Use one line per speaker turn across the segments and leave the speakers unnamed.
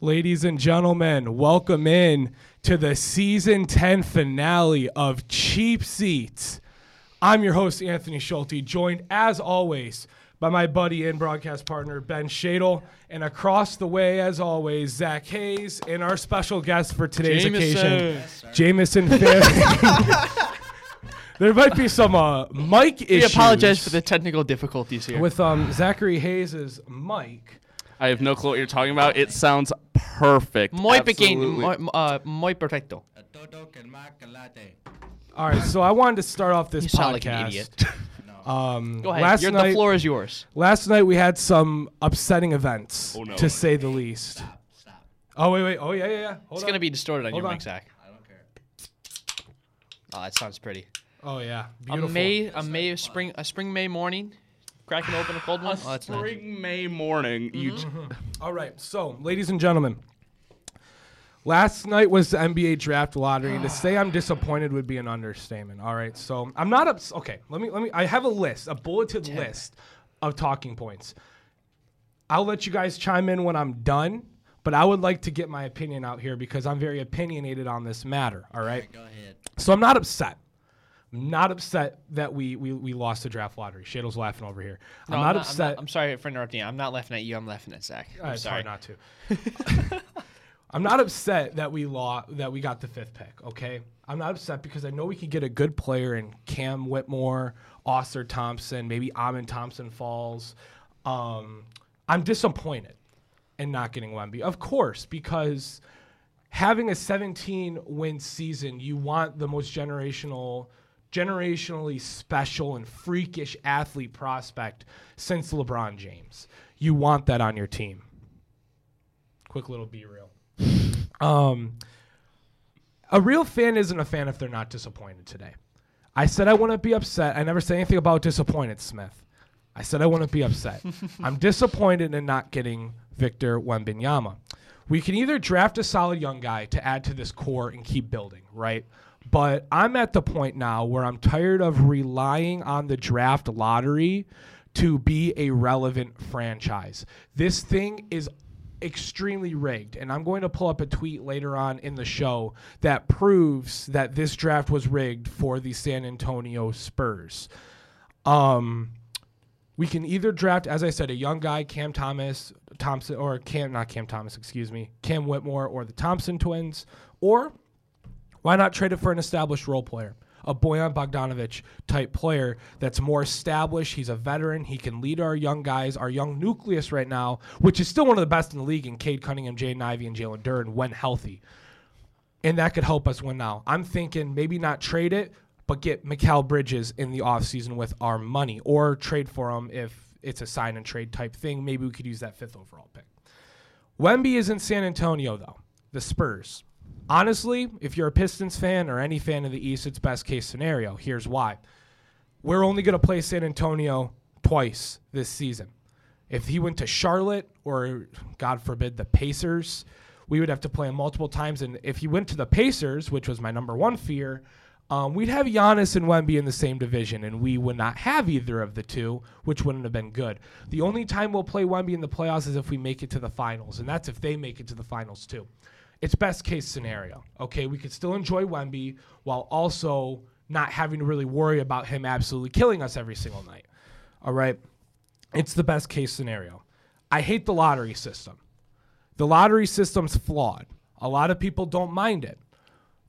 Ladies and gentlemen, welcome in to the season 10 finale of Cheap Seats. I'm your host, Anthony Schulte, joined as always by my buddy and broadcast partner, Ben Shadle, and across the way, as always, Zach Hayes, and our special guest for today's occasion, Jamison Fair. there might be some uh, mic
We
issues.
apologize for the technical difficulties here.
With um, Zachary Hayes's mic.
I have no clue what you're talking about. It sounds perfect.
muy pequeño,
Absolutely.
muy, uh, muy perfecto.
All right, so I wanted to start off this
You
podcast.
sound like an idiot.
Um,
Go ahead.
Last
You're-
night,
the floor is yours.
last night we had some upsetting events,
Oh, no.
to say the least. Oh wait, wait. Oh yeah, yeah, yeah. Hold
It's
on.
going to be distorted on
Hold
your
on.
mic, Zach. I don't care. Oh, that sounds pretty.
Oh yeah,
A
beautiful.
May, a May, spring, a spring May morning, cracking open a cold one. oh, that's nice.
Spring May morning. You
Mm-hmm.
j-
All right, so ladies and gentlemen, last night was the NBA draft lottery. to say I'm disappointed would be an understatement. All right, so I'm not ups- Okay, let me let me. I have a list, a bulleted list of talking points. I'll let you guys chime in when I'm done, but I would like to get my opinion out here because I'm very opinionated on this matter. All right. Go ahead. So I'm not upset. I'm not upset that we we, we lost the draft lottery. Shadow's laughing over here.
No,
I'm not upset.
I'm, sorry for interrupting. you. I'm not laughing at you. I'm laughing at Zach. I'm
It's
sorry.
hard not to. I'm not upset that we law that we got the fifth pick. Okay, I'm not upset because I know we could get a good player in Cam Whitmore, Oster Thompson, maybe Amon Thompson falls. Um, I'm disappointed in not getting Wemby, of course, because having a 17 win season, you want the most generational, generationally special and freakish athlete prospect since LeBron James. You want that on your team. Quick little be real. Um, a real fan isn't a fan if they're not disappointed today. I said I wouldn't be upset. I never said anything about disappointed, Smith. I said I wouldn't be upset. I'm disappointed in not getting Victor Wembanyama. We can either draft a solid young guy to add to this core and keep building, right? But I'm at the point now where I'm tired of relying on the draft lottery to be a relevant franchise. This thing is extremely rigged. And I'm going to pull up a tweet later on in the show that proves that this draft was rigged for the San Antonio Spurs. Um, we can either draft, as I said, a young guy, Cam Thomas, Thompson, or Cam, not Cam Thomas, excuse me, Cam Whitmore, or the Thompson twins, or why not trade it for an established role player? A Boyan Bogdanovich type player that's more established. He's a veteran. He can lead our young guys, our young nucleus right now, which is still one of the best in the league in Cade Cunningham, Jaden Ivey, and Jalen Duran when healthy. And that could help us win now. I'm thinking maybe not trade it, but get Mikal Bridges in the offseason with our money or trade for him if it's a sign and trade type thing. Maybe we could use that fifth overall pick. Wemby is in San Antonio, though. The Spurs. Honestly, if you're a Pistons fan or any fan of the East, it's best case scenario. Here's why. We're only going to play San Antonio twice this season. If he went to Charlotte or, God forbid, the Pacers, we would have to play him multiple times. And if he went to the Pacers, which was my number one fear, um, we'd have Giannis and Wemby in the same division, and we would not have either of the two, which wouldn't have been good. The only time we'll play Wemby in the playoffs is if we make it to the finals, and that's if they make it to the finals too. It's best case scenario. Okay, we could still enjoy Wemby while also not having to really worry about him absolutely killing us every single night. All right. It's the best case scenario. I hate the lottery system. The lottery system's flawed. A lot of people don't mind it.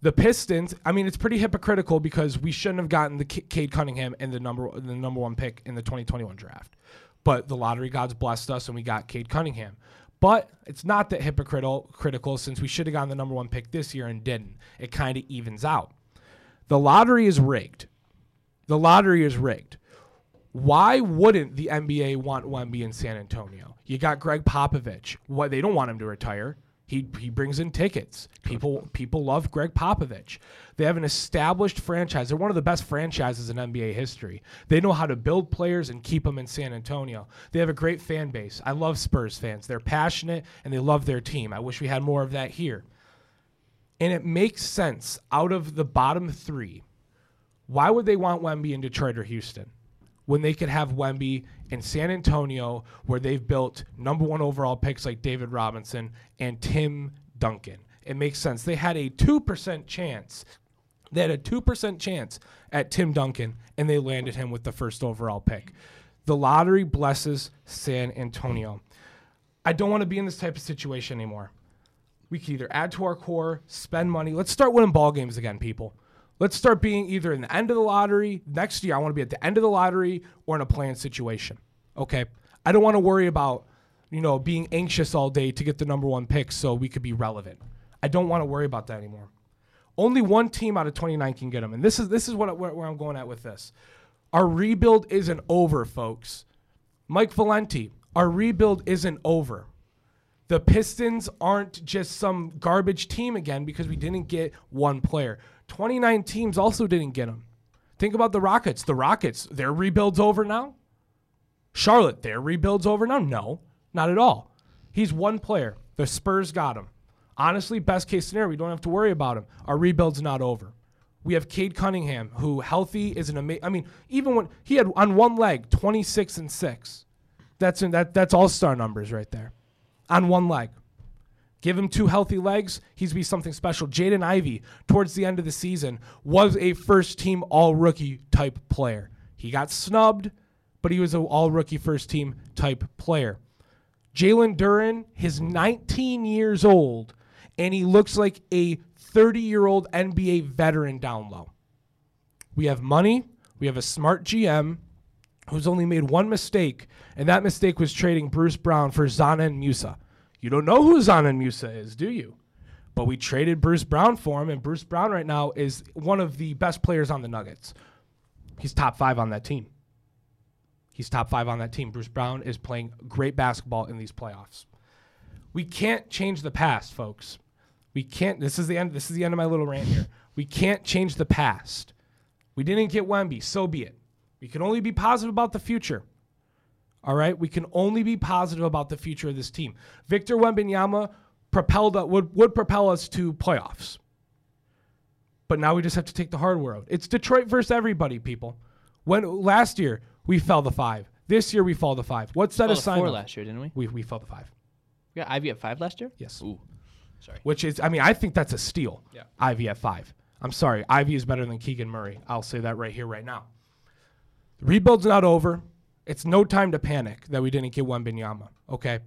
The Pistons, I mean, it's pretty hypocritical because we shouldn't have gotten the K- Cade Cunningham and the number the number one pick in the 2021 draft, but the lottery gods blessed us and we got Cade Cunningham. But it's not that hypocritical critical since we should have gotten the number one pick this year and didn't. It kind of evens out. The lottery is rigged. The lottery is rigged why wouldn't the NBA want Wemby in San Antonio? You got Greg Popovich. Why they don't want him to retire? He he brings in tickets. People people love Greg Popovich. They have an established franchise. They're one of the best franchises in NBA history. They know how to build players and keep them in San Antonio. They have a great fan base. I love Spurs fans. They're passionate and they love their team. I wish we had more of that here. And it makes sense out of the bottom 3 why would they want Wemby in Detroit or Houston when they could have Wemby in San Antonio where they've built number one overall picks like David Robinson and Tim Duncan. It makes sense. They had a 2% chance. They had a 2% chance at Tim Duncan, and they landed him with the first overall pick. The lottery blesses San Antonio. I don't want to be in this type of situation anymore. We can either add to our core, spend money. Let's start winning ball games again, people. Let's start being either in the end of the lottery next year. I want to be at the end of the lottery or in a plan situation. Okay. I don't want to worry about, you know, being anxious all day to get the number one pick so we could be relevant. I don't want to worry about that anymore. Only one team out of 29 can get them. And this is this is what where, where I'm going at with this. Our rebuild isn't over, folks. Mike Valenti, our rebuild isn't over. The Pistons aren't just some garbage team again because we didn't get one player. 29 teams also didn't get him. Think about the Rockets. The Rockets, their rebuild's over now. Charlotte, their rebuild's over now. No, not at all. He's one player. The Spurs got him. Honestly, best case scenario, we don't have to worry about him. Our rebuild's not over. We have Cade Cunningham, who healthy is an amazing. I mean, even when he had on one leg, 26 and six. That's in, that that's all star numbers right there, on one leg. Give him two healthy legs, he's be something special. Jaden Ivey, towards the end of the season, was a first team all rookie type player. He got snubbed, but he was an all rookie first team type player. Jalen Duran, he's 19 years old, and he looks like a 30 year old NBA veteran down low. We have money, we have a smart GM who's only made one mistake, and that mistake was trading Bruce Brown for Zana and Musa. You don't know who Zana and Musa is, do you? But we traded Bruce Brown for him, and Bruce Brown right now is one of the best players on the Nuggets. He's top five on that team. He's top five on that team. Bruce Brown is playing great basketball in these playoffs. We can't change the past, folks. We can't. This is the end. This is the end of my little rant here. We can't change the past. We didn't get Wemby, so be it. We can only be positive about the future. All right, we can only be positive about the future of this team. Victor Wembanyama propelled uh, would would propel us to playoffs. But now we just have to take the hard road. It's Detroit versus everybody, people. When last year we fell the five, this year we fall the five. What's that
Well,
a sign
four
of?
last year, didn't we?
We we fell the five.
We got Ivy at five last year.
Yes.
Ooh, sorry.
Which is, I mean, I think that's a steal.
Yeah.
Ivy at five. I'm sorry, Ivy is better than Keegan Murray. I'll say that right here, right now. The rebuild's not over. It's no time to panic that we didn't get Wembenyama. Okay.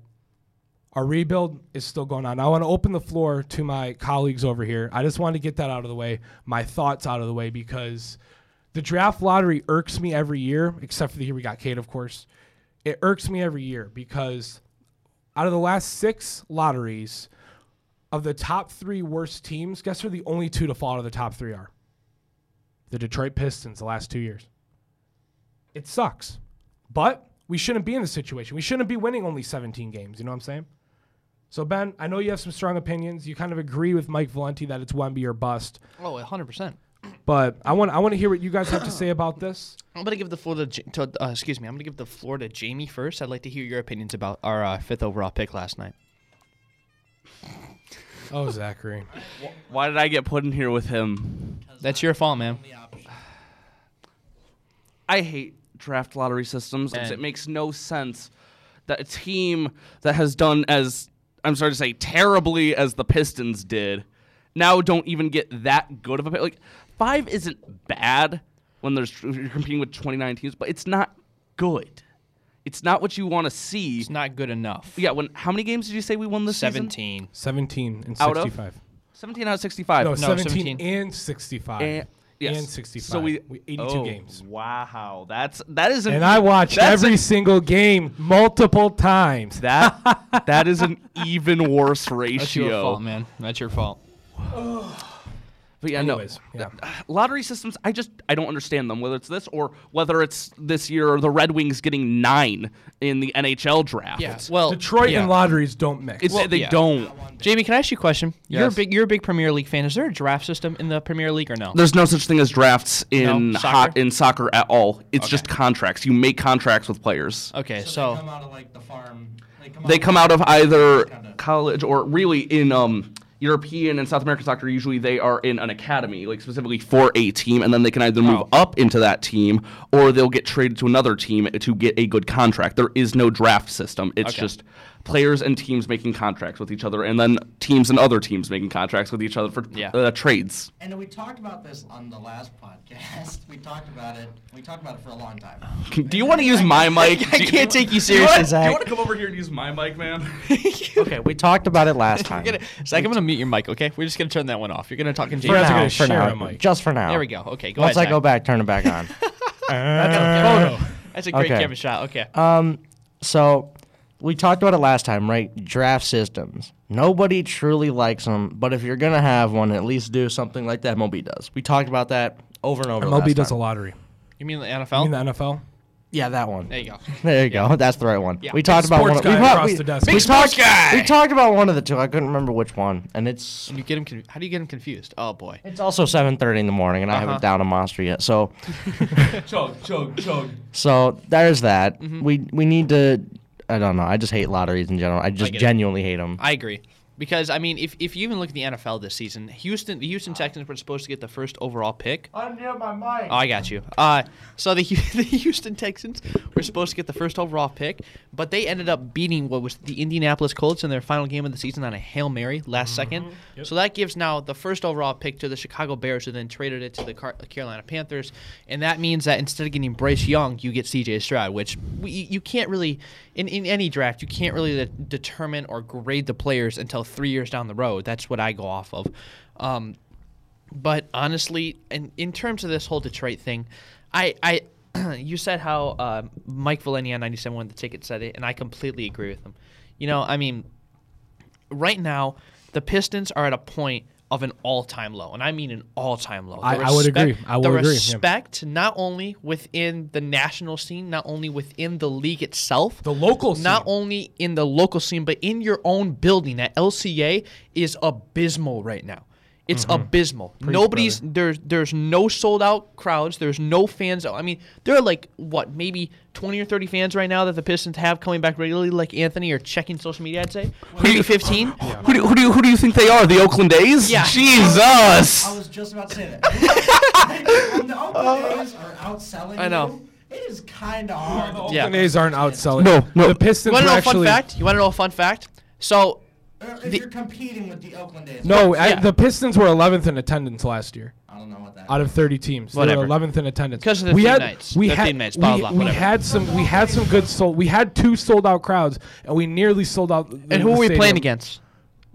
Our rebuild is still going on. I want to open the floor to my colleagues over here. I just wanted to get that out of the way, my thoughts out of the way, because the draft lottery irks me every year, except for the year we got Kate, of course. It irks me every year because out of the last six lotteries, of the top three worst teams, guess who the only two to fall out of the top three are? The Detroit Pistons the last two years. It sucks. But we shouldn't be in this situation. We shouldn't be winning only 17 games. You know what I'm saying? So, Ben, I know you have some strong opinions. You kind of agree with Mike Valenti that it's Wemby or bust.
Oh, 100 percent.
But I want, I want to hear what you guys have to say about this.
I'm gonna give the floor to, J- to uh, excuse me. I'm gonna give the floor to Jamie first. I'd like to hear your opinions about our uh, fifth overall pick last night.
Oh, Zachary.
Why did I get put in here with him?
That's your fault, man.
I hate draft lottery systems because
And-
it makes no sense that a team that has done as I'm sorry to say terribly as the Pistons did now don't even get that good of a pick. Like five isn't bad when there's you're competing with 29 teams, but it's not good. It's not what you want to see.
It's not good enough.
Yeah, when how many games did you say we won this season?
17.
17 and
Out of?
65.
17 out of 65.
No, 17,
17.
and 65.
And- yes.
And 65.
So we,
82
oh,
games.
Wow, that's that is an, e-
And I watched
that's
every
an-
single game multiple times.
that that is an even worse
That's your
ratio.
fault, man. That's your fault.
But yeah,
Anyways,
no.
yeah.
Lottery systems, I just I don't understand them. Whether it's this or whether it's this year the Red Wings getting nine in the NHL draft.
Yeah. Well,
Detroit
yeah.
and lotteries don't mix.
it's,
Well,
they
yeah.
don't.
Jamie, can I ask you a question? You're a
Yes.
big, you're a big Premier League fan. Is there a draft system in the Premier League or no?
There's no such thing as drafts in
No?
hot
Soccer?
in soccer at all. It's just contracts. You make contracts with players.
Okay,
they come
so
out of like the farm. They come
They
out
come out of either
Kinda.
college or really in um European and South American soccer, usually they are in an academy, like specifically for a team, and then they can either move
Oh.
up into that team or they'll get traded to another team to get a good contract. There is no draft system. It's just players and teams making contracts with each other, and then teams and other teams making contracts with each other for
Yeah.
uh, trades.
And we talked about this on the last podcast. We talked about it. We talked about it for a long time.
Do you want to use my mic?
I
Do you-
can't take you
Do you wanna-
seriously,
do you
Zach.
want to come over here and use my mic, man?
Okay, we talked about it last time.
We're gonna- Zach, I'm gonna mute your mic, okay? We're just gonna turn that one off. You're gonna talk in
For
Jamie.
guys are
now,
gonna
for
share
now,
a mic.
just for now.
There we go. Okay, go
Once
ahead.
I go
Zach.
back, turn it back on.
That's a great
Okay.
camera shot. Okay.
Um, so we talked about it last time, right? Draft systems. Nobody truly likes them, but if you're gonna have one, at least do something like that. Moby does. We talked about that over and over.
MLB
last
does a
time.
lottery.
you mean the
You
NFL?
mean the NFL?
Yeah, that one.
there you go.
There you go. That's the right one.
Yeah.
We
Big
talked about one.
sports
Of, we,
guy
prob-
across
we-
the desk.
we
Big
sports
talked,
guy!
we talked about one of the two. I couldn't remember which one, and it's
And you get him. Con- how do you get him confused? Oh boy.
it's also 7:30 in the morning, and I
Uh-huh.
haven't down a monster yet. So
chug, chug, chug.
So there's that.
Mm-hmm.
We we need to. I don't know. I just hate lotteries in general. I just
get it.
genuinely hate 'em. hate them.
I agree. Because I mean, if, if you even look at the NFL this season, Houston, the Houston Texans were supposed to get the first overall pick.
Undo my mic.
Oh, I got you. Uh, so the Hu- the Houston Texans were supposed to get the first overall pick, but they ended up beating what was the Indianapolis Colts in their final game of the season on a hail mary last second. So that gives now the first overall pick to the Chicago Bears, who then traded it to the Car- Carolina Panthers, and that means that instead of getting Bryce Young, you get C.J. Stroud, which we, you you can't really in, in any draft you can't really de- determine or grade the players until three years down the road. That's what I go off of. Um, but honestly, in, in terms of this whole Detroit thing, I, I you said how uh, Mike Valeni on 97 won the ticket said it, and I completely agree with him. You know, I mean, right now, the Pistons are at a point of an all-time low, and I mean an all-time low. The
I- I would agree. I
the
will agree, yeah.
respect, not only within the national scene, not only within the league itself,
The local scene.
not only in the local scene, but in your own building at LCA is abysmal right now. It's
Mm-hmm.
abysmal. Nobody's there's there's no sold out crowds. There's no fans. I mean, there are like what maybe twenty or thirty fans right now that the Pistons have coming back regularly, like Anthony or checking social media. I'd say maybe fifteen.
Who, do, who, do, you- who do you think they are? The Oakland A's?
Yeah.
I
Jesus!
was just about to say that. when the Oakland A's are outselling
Uh, I know.
you, it is kind of hard. to-
Yeah.
The A's aren't outselling.
No, no.
The Pistons
You want
are
to know a fun
actually.
fact? You want to know a fun fact? So
If
The-
you're competing with the Oakland A's,
No, I-
Yeah.
the Pistons were 11th in attendance last year
I don't know what that.
out of 30 teams.
Whatever.
They were 11th in attendance
'Cause of the
we
thin
had,
nights.
We
The
had,
thin nights, blah,
we,
blah,
we
whatever.
had some. We had some good sold. We had two sold out crowds, and we nearly sold out. the-
and who
the
are we playing
stadium.
against?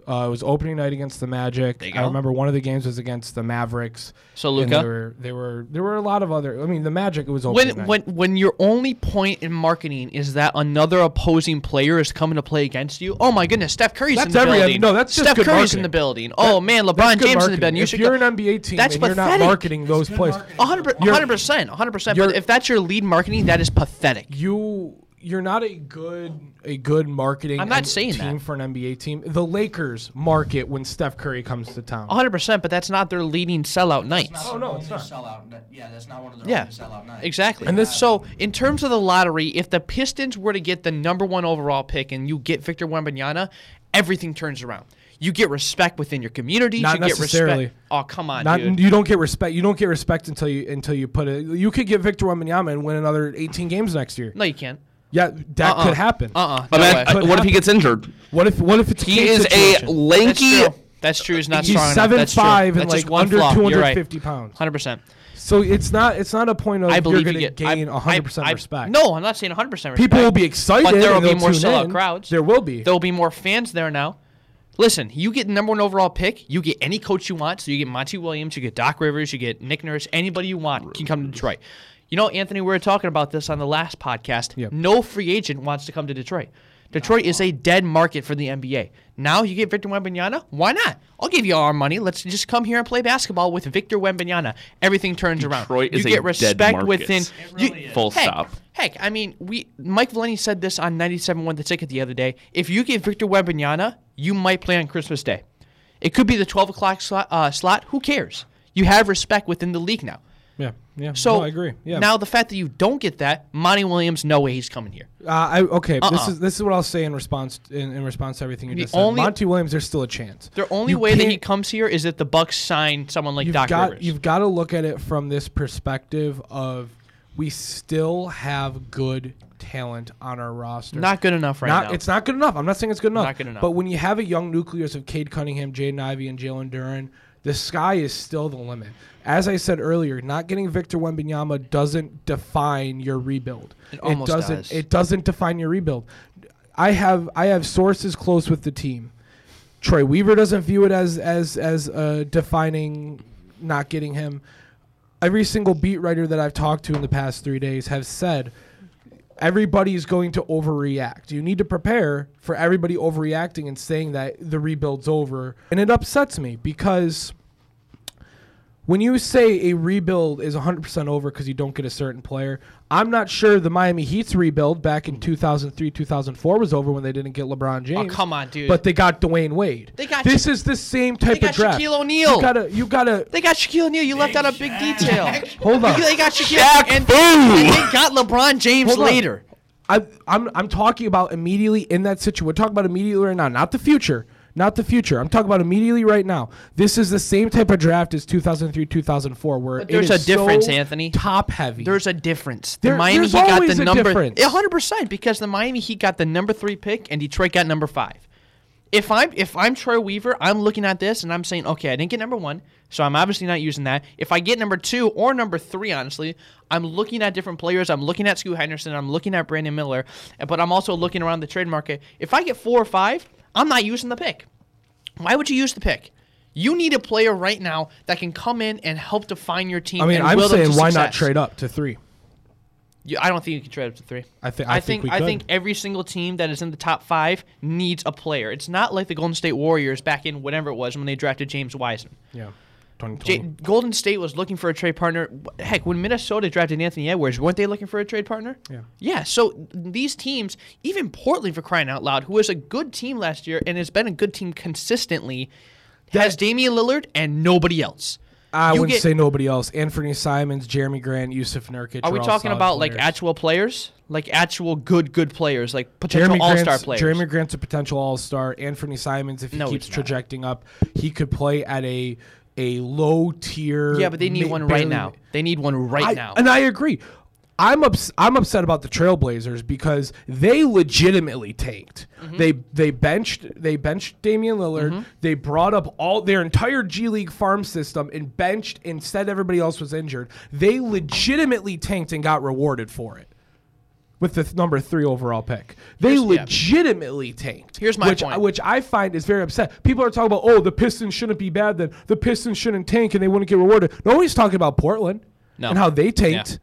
Uh, it was opening night against the Magic.
you
I
go.
remember one of the games was against the Mavericks.
So,
and
Luka?
There were, there were there were a lot of other. I mean, the Magic. It was opening
when
night.
when when your only point in marketing is that another opposing player is coming to play against you. Oh my goodness, Steph Curry's in
That's
the
every-
building.
no, that's just
Steph
good
Curry's
marketing.
in the building. Oh man, LeBron
That's
James
good
in the
marketing.
building. You
if
should
you're
go.
an NBA team
That's
and you're not
pathetic.
marketing those
good
plays,
marketing.
100
You're-
100%, 100%.
you're-
But if that's your lead marketing, that is pathetic.
you you're not a good a good marketing.
I'm not
and
saying
team
that.
for an NBA team. The Lakers market when Steph Curry comes to town.
100%, but that's not their leading sellout nights.
That's not
Oh,
their
no, it's
only
not.
sellout night. Yeah, that's not one of their
Yeah,
only sellout nights.
exactly.
And
And
this-
so, in terms of the lottery, if the Pistons were to get the number one overall pick and you get Victor Wembanyama, everything turns around. You get respect within your community.
Not
you get
necessarily.
Respect. Oh come on,
Not,
dude.
you don't get respect. You don't get respect until you until you put it. You could get Victor Wembanyama and win another 18 games next year.
No, you can't.
Yeah, that
Uh-uh.
could happen.
Uh-uh. No way.
Imagine,
way.
uh, what if he gets injured?
What if what if it's a
He
Kane
is a
situation?
That's
lanky.
true. That's true. He's not
He's
strong enough.
seven
That's
five
true.
and
That's just
like
one
under
flaw. You're
250 pounds.
Hundred percent.
So it's not it's not a point of
I believe
you're
you
going to
get
gain
I-
100 percent
I- I-
respect.
No, I'm not saying 100 percent respect.
people will be excited.
But there will
and
be
they'll
more
tune
sellout
in.
crowds.
There will be.
There'll be more fans there now. Listen, you get number one overall pick. You get any coach you want. So you get Monty Williams, you get Doc Rivers, you get Nick Nurse. Anybody you want can come to Detroit. You know, Anthony, we were talking about this on the last podcast.
Yep.
No free agent wants to come to Detroit. Detroit is a dead market for the NBA. Now you get Victor Wembanyama. Why not? I'll give you all our money. Let's just come here and play basketball with Victor Wembanyama. Everything turns around.
Detroit
You
is a
get
dead
respect
market.
within.
It
you-
really is.
Full
Heck,
stop.
Heck, I mean, we Mike Valeni said this on 97 won the ticket the other day. If you get Victor Wembanyama, you might play on Christmas Day. It could be the 12 o'clock slot. Uh, slot. Who cares? You have respect within the league now.
yeah. Yeah.
So
no, I agree. Yeah.
Now the fact that you don't get that, Monty Williams, no way he's coming here.
uh, I okay. This
Uh-uh.
is this is what I'll say in response in, in response to everything you
The
just
only-
said. Monty Williams, there's still a chance.
The only
You
way that he
can't-
comes here is that the Bucks sign someone like
you've
Doc
got
Rivers.
you've got to look at it from this perspective of we still have good talent on our roster.
Not good enough right
Not-
now.
It's not good enough. I'm not saying it's good enough.
Not good enough.
But when you have a young nucleus of Cade Cunningham, Jaden Ivey, and Jalen Duran, the sky is still the limit. As I said earlier, not getting Victor Wembanyama doesn't define your rebuild. It,
almost
doesn't.
does.
It doesn't define your rebuild. I have I have sources close with the team. Troy Weaver doesn't view it as as as uh, defining not getting him. Every single beat writer that I've talked to in the past three days have said everybody is going to overreact. You need to prepare for everybody overreacting and saying that the rebuild's over. And it upsets me because when you say a rebuild is 100% over because you don't get a certain player, I'm not sure the Miami Heat's rebuild back in 2003, 2004 was over when they didn't get LeBron James.
Oh, come on, dude.
But they got Dwayne Wade.
They got
this is the same type
got
of draft.
Shaquille O'Neal.
You gotta, you gotta
they got Shaquille O'Neal. You left out a big detail.
hold on.
they got Shaquille
Shaq
and,
Fu!
and they got LeBron James
Hold on.
later.
I, I'm I'm talking about immediately in that situation. We're talking about immediately right now, not the future, not the future. I'm talking about immediately right now. This is the same type of draft as 2003, 2004, where it
there's
is
a difference,
so
Anthony.
Top heavy.
There's a difference. The
There-
Miami
there's
Heat got
always
the
a
number
difference.
100% because the Miami Heat got the number 3 pick and Detroit got number 5. If I'm if I'm Troy Weaver, I'm looking at this and I'm saying, "Okay, I didn't get number 1, so I'm obviously not using that. If I get number 2 or number 3, honestly, I'm looking at different players. I'm looking at Scoot Henderson, I'm looking at Brandon Miller, but I'm also looking around the trade market. If I get 4 or 5, I'm not using the pick. Why would you use the pick? You need a player right now that can come in and help define your team.
I mean,
and
I'm
will them
saying
to
why not
success.
trade up to three?
You, I don't think you can trade up to three.
I thi- I think we
I
could.
think every single team that is in the top five needs a player. It's not like the Golden State Warriors back in whatever it was when they drafted James Wiseman.
Yeah, 2020.
J- Golden State was looking for a trade partner. Heck, when Minnesota drafted Anthony Edwards, weren't they looking for a trade partner?
Yeah.
Yeah. So these teams, even Portland for crying out loud, who was a good team last year and has been a good team consistently, has Damian Lillard and nobody else.
I
You
wouldn't
get-
say nobody else. Anthony Simons, Jeremy Grant, Yusuf Nurkic.
Are we
all
talking
solid
about like
players.
actual players, like actual good good players, like potential
Jeremy
all star
Grant's-
players?
Jeremy Grant's a potential all star. Anthony Simons, if he
No,
keeps
he's not.
trajecting up, he could play at a a low tier.
Yeah, but they need
ma-
one right
barely-
now. They need one right
I-
now.
And I agree. I'm ups- I'm upset about the Trailblazers because they legitimately tanked.
Mm-hmm.
They they benched they benched Damian Lillard. They brought up all their entire G League farm system and benched and said everybody else was injured. They legitimately tanked and got rewarded for it with the th- number three overall pick. They
Here's- yeah.
legitimately tanked.
Here's my
which,
point.
Which I find is very upset. People are talking about, oh, the Pistons shouldn't be bad then. The Pistons shouldn't tank and they wouldn't get rewarded. Nobody's talking about Portland
No.
and how they tanked.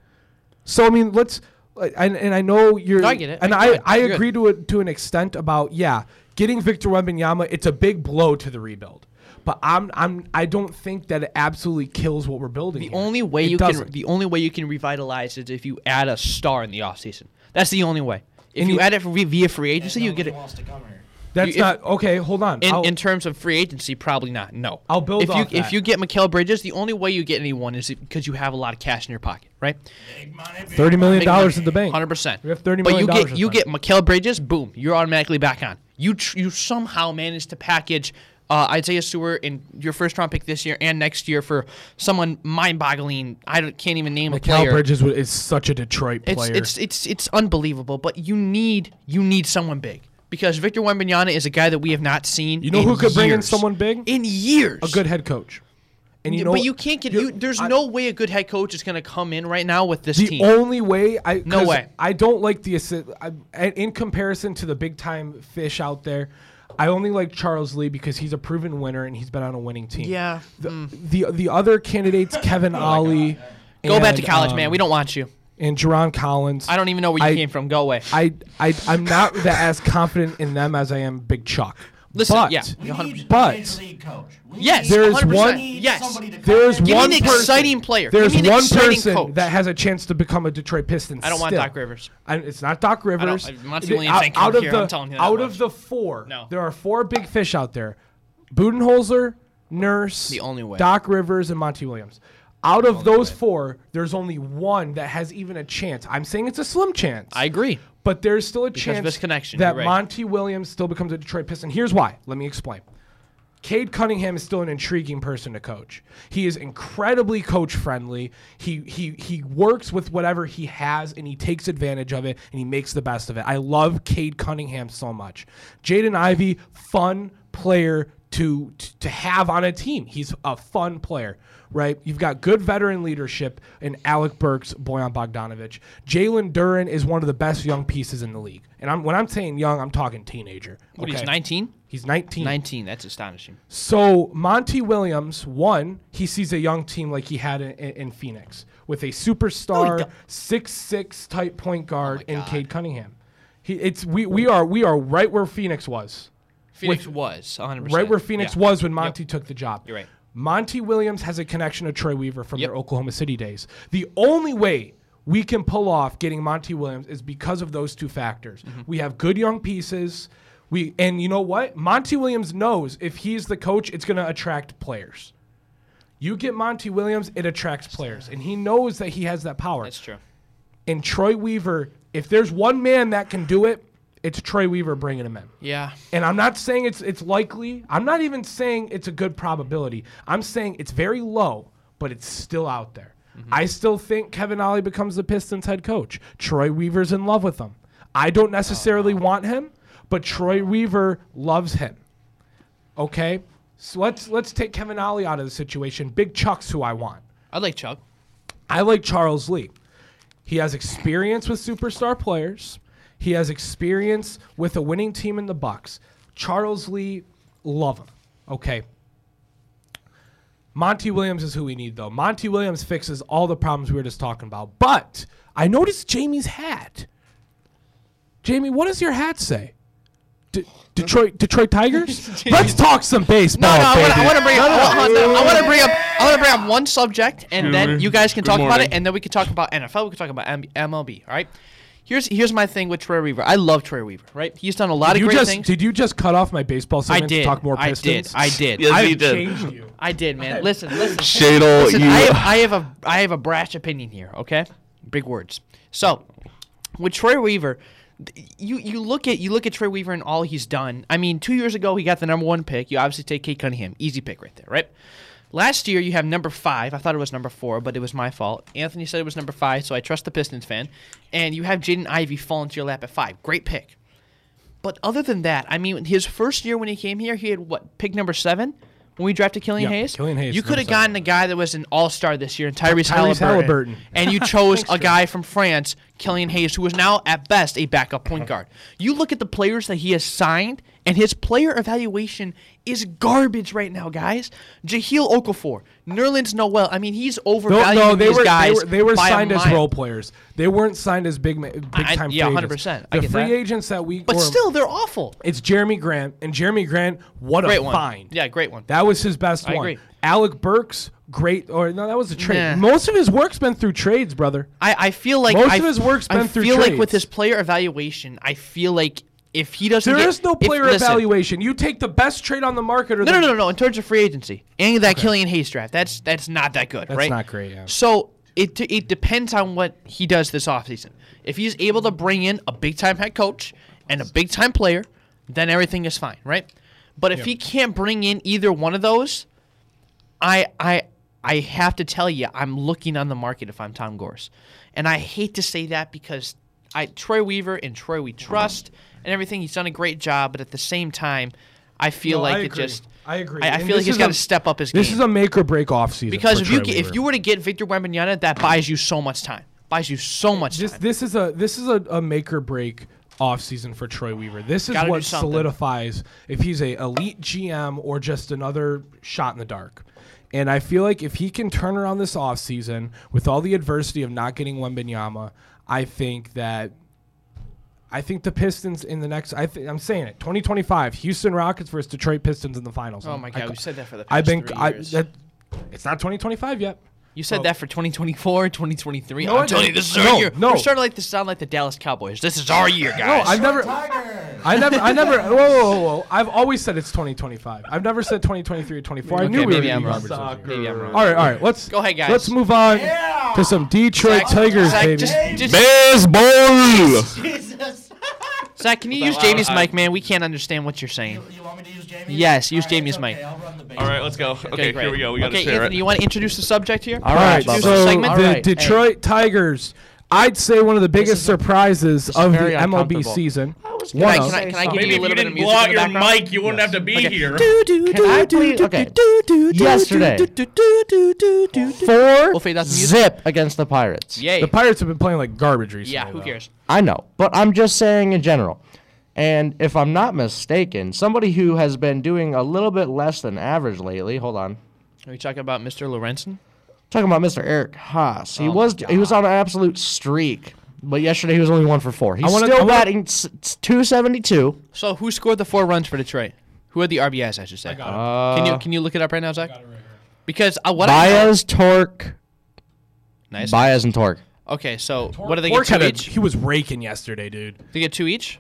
So, I mean, let's. like, And, and I know you're.
No, I get it.
And
I-
I,
I-
I
you're good.
agree to, it to an extent about, yeah, getting Victor Wembanyama, it's a big blow to the rebuild. But I'm I'm I don't think that it absolutely kills what we're building.
the only way you
does
can the only way you can revitalize is if you add a star in the offseason. That's the only way. If
And
you,
you-
add it for- via free agency, you get it.
Wants to come here.
that's
you- if-
not okay. Hold on.
In,
I'll-
in terms of free agency, probably not. No.
I'll build
if you
off
if
that.
you get Mikael Bridges, the only way you get anyone is because you have a lot of cash in your pocket, right?
Big money, big
Thirty million
Make money.
dollars in the bank.
Hundred percent.
We have thirty
But
million
you
dollars.
get you get Mikael Bridges, boom, you're automatically back on. You tr- you somehow managed to package uh, Isaiah Stewart in your first round pick this year and next year for someone mind-boggling. I don't, can't even name a
Cal
player.
Bridges wa- is such a Detroit
it's,
player.
it's it's it's unbelievable. But you need you need someone big because Victor Wembanyama is a guy that we have not seen.
you know
in
who could bring in
years.
someone big?
in years.
a good head coach. And you know,
but you can't get. You, there's
I-
no way a good head coach is going to come in right now with this
The
team.
only way I 'cause
No way.
I don't like the assist I, in comparison to the big time fish out there. I only like Charles Lee because he's a proven winner and he's been on a winning team.
Yeah. Hmm. Oh
The the, the other candidates, Kevin Ollie.
Go back to
and,
college,
um,
man. We don't want you.
and Jerron Collins.
I don't even know where you
I-
came from. Go away.
I, I I'm not that as confident in them as I am Big Chuck.
Listen,
but
yeah.
We need
But-
a major league coach. We
Yes,
need-
There is
100%.
one-
we need
Yes,
somebody to come
There's
in.
Give me
one
an
person-
exciting player. Give
There's
me an
one
exciting
person
coach.
that has a chance to become a Detroit Piston.
I don't want
still.
Doc Rivers.
I, it's not Doc Rivers.
I- Monty
The-
Williams
out,
ain't coming
out of
here,
the
I'm telling you that
out
much.
of the four,
No.
there are four big fish out there: Budenholzer, Nurse,
The only way.
Doc Rivers, and Monty Williams. Out of those four, there's only one that has even a chance. I'm saying it's a slim chance.
I agree.
But there's still a
of
chance
his connection,
that
you're right.
Monty Williams still becomes a Detroit Piston. Here's why. Let me explain. Cade Cunningham is still an intriguing person to coach. He is incredibly coach friendly. He he he works with whatever he has and he takes advantage of it and he makes the best of it. I love Cade Cunningham so much. Jaden Ivey, fun player to to to have on a team. He's a fun player, right? You've got good veteran leadership in Alec Burks, Boyan Bogdanovich. Jalen Duran is one of the best young pieces in the league. And I'm when I'm saying young, I'm talking teenager.
What, he's 19?
He's 19.
19, that's astonishing.
So Monty Williams, one, he sees a young team like he had in, in, in Phoenix with a superstar six six type point guard in Cade Cunningham. He, it's we, we are we are right where Phoenix was,
Phoenix was 100%.
right where Phoenix
Yeah.
was when Monty took the job.
You're right.
Monty Williams has a connection to Troy Weaver from
Yep.
their Oklahoma City days. The only way we can pull off getting Monty Williams is because of those two factors.
Mm-hmm.
We have good young pieces. We and you know what? Monty Williams knows if he's the coach, it's going to attract players. You get Monty Williams, it attracts players, and he knows that he has that power.
That's true.
And Troy Weaver, if there's one man that can do it, it's Troy Weaver bringing him in.
Yeah.
And I'm not saying it's it's likely. I'm not even saying it's a good probability. I'm saying it's very low, but it's still out there. I still think Kevin Ollie becomes the Pistons head coach. Troy Weaver's in love with him. I don't necessarily want him, but Troy Weaver loves him. Okay? So let's let's take Kevin Ollie out of the situation. Big Chuck's who I want.
I like Chuck.
I like Charles Lee. He has experience with superstar players. He has experience with a winning team in the Bucks. Charles Lee, love him. Okay. Monty Williams is who we need though. Monty Williams fixes all the problems we were just talking about. But I noticed Jamie's hat. Jamie, what does your hat say? D- Detroit Detroit Tigers? Let's talk some baseball.
No, no, I
baby.
want, I want to bring up. I want to bring up. I want to bring up one subject, and then you guys can talk about it, and then we can talk about NFL. We can talk about M- MLB. All right. Here's here's my thing with Troy Weaver. I love Troy Weaver. Right. He's done a lot
Did
of
you
great
just
things.
did you just cut off my baseball
I
segment
did.
to talk more
I
Pistons?
did. I did.
Yes,
I've
he did.
changed you.
I did, man. Listen, listen.
Shadle,
Listen,
you-
I, have, I have a I have a brash opinion here. Okay, big words. So, with Troy Weaver, th- you you look at you look at Troy Weaver and all he's done. I mean, two years ago he got the number one pick. You obviously take Kate Cunningham, easy pick right there, right? Last year you have number five. I thought it was number four, but it was my fault. Anthony said it was number five, so I trust the Pistons fan. And you have Jaden Ivey fall into your lap at five. Great pick. But other than that, I mean, his first year when he came here, he had what pick number seven when we drafted Killian
Yeah,
Hayes.
Killian Hayes
You
is
could have
number
gotten
seven.
a guy that was an All Star this year, and Tyrese,
Tyrese
Halliburton,
Halliburton.
and you chose a guy from France, Killian Hayes, who is now at best a backup point guard. You look at the players that he has signed, and his player evaluation is garbage right now, guys. Jahlil Okafor, Nerlens Noel. I mean, he's
No,
overvaluing
no, they
these
were, they
guys.
were they were
by a
signed as
mile.
role players. They weren't signed as big ma- big
I-
time.
yeah,
free
100%.
Agents.
I
The
get
free
that.
agents that we
but
were-
still, they're awful.
it's Jeremy Grant and Jeremy Grant. What
Great
a
one.
find!
Yeah, great one.
That was his best
I
one.
agree.
Alec Burks, great. Or no, that was a trade.
Nah.
Most of his work's been through trades, brother.
I, I feel like
Most
I,
of his work's
I
been through
feel like with
trades.
his player evaluation, I feel like if he doesn't,
There is
get,
no
if-
player
listen,
evaluation. You take the best trade on the market, or
No,
the,
no, no, no. In terms of free agency, and that Killian Hayes draft, that's that's not that good,
That's
right?
not great, yeah.
So it d- it depends on what he does this offseason. If he's able to bring in a big time head coach and a big time player, then everything is fine, right? But if he can't bring in either one of those, I I I have to tell you, I'm looking on the market if I'm Tom Gorse, and I hate to say that because I Troy Weaver and Troy we trust and everything. He's done a great job, but at the same time, I feel
No,
like
I
it
agree.
just
I agree.
I,
And
feel like
this
he's
is
got to
a-
step up his
This
game
is a make or break off season
because
for
if you
Troy
get, if
Weaver.
you were to get Victor Wembanyama, that buys you so much time. Buys you so much
This
time.
this is a this is a, a make or break offseason for Troy Weaver. This is
Gotta do
what
something.
solidifies if he's a elite GM or just another shot in the dark. And I feel like if he can turn around this offseason with all the adversity of not getting Wembenyama, I think that I think the Pistons in the next I th- I'm saying it 2025 Houston Rockets versus Detroit Pistons in the finals.
Oh my
I
god,
ca-
we said that for the past
I've been
three
I,
years.
that, it's not 2025 yet.
You said that for 2024, 2023.
oh. No, I
I'm telling you,
didn't.
this is our
No,
year.
no.
We're starting to like to sound like the Dallas Cowboys. This is our year,
No,
guys.
I've never.
Tiger.
I never, I never, whoa, whoa, whoa, whoa. I've always said it's 2025. I've never said 2023 or 24. I
Okay,
knew we
maybe
were
I'm
gonna
wrong.
be
Soccer. Maybe I'm wrong.
All right, all right. Let's
Go ahead, guys.
Let's move on
Yeah.
to some Detroit
Zach,
Tigers,
Zach,
baby.
just- just-
Baseball.
Jesus.
Zach, can you use
loud?
Jamie's
I-
mic, man? We can't understand what you're saying.
you want me to use Jamie?
Yes, use
All right,
Jamie's
it's
mic.
Okay, I'll run the
All right, let's go. Okay,
great.
here we go. We got to
okay,
share
Anthony,
it.
you want to introduce the subject here?
All right,
Introduce
Bubba.
the
So
segment?
the
All right, hey.
Detroit Tigers, I'd say one of the biggest surprises of the
very
MLB
uncomfortable.
season.
was
One
Can
of-
I, can I, can I give you
Maybe
a
if you
little bit of
didn't
music
blow out
in the
your
background?
mic, you wouldn't have to be here.
Can I please? Okay. Yesterday.
Four.
We'll fade out the music.
Zip against the Pirates.
Yay.
The Pirates have been playing like garbage recently.
yeah, who
though.
cares?
I know, but I'm just saying in general. And if I'm not mistaken, somebody who has been doing a little bit less than average lately. Hold on.
Are you talking about Mr. Lorenzen?
Talking about Mr. Eric Haas.
Oh
He was he was on an absolute streak, but yesterday he was only one for four. He's
I wanna- I
still
wanna-
batting s- s- 272.
So who scored the four runs for Detroit? Who are the RBIs? I should say.
got it.
can
Uh,
you can you look it up right now, Zach? Because uh, what I know,
Baez, Torque,
nice.
Baez, and Torque.
Okay, so what do they
Torque
get?
had
Two
a-
each.
he was raking yesterday, dude.
They get two each.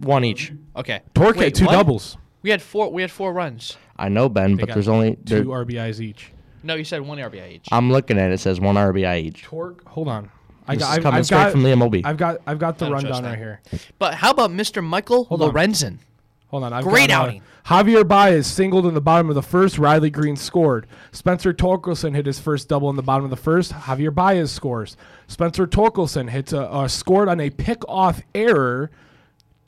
One each.
Okay.
Torque
Wait,
had two
what?
doubles,
We had four. We had four runs.
I know Ben, but
got
there's only there,
two RBIs each.
No, you said one RBI each.
Uh,
I'm looking at it. It says one RBI each.
Torque, hold on. I
This
got,
is
I've,
coming
I've
straight
got,
from the MLB.
I've got, I've got the
don't trust
rundown
that.
right here.
But how about Mr. Michael
on.
Lorenzen?
Hold on. I've
Great
got, uh,
outing.
Javier Baez singled in the bottom of the first. Riley Green scored. Spencer Torkelson hit his first double in the bottom of the first. Javier Baez scores. Spencer Torkelson hits a, uh, scored on a pickoff error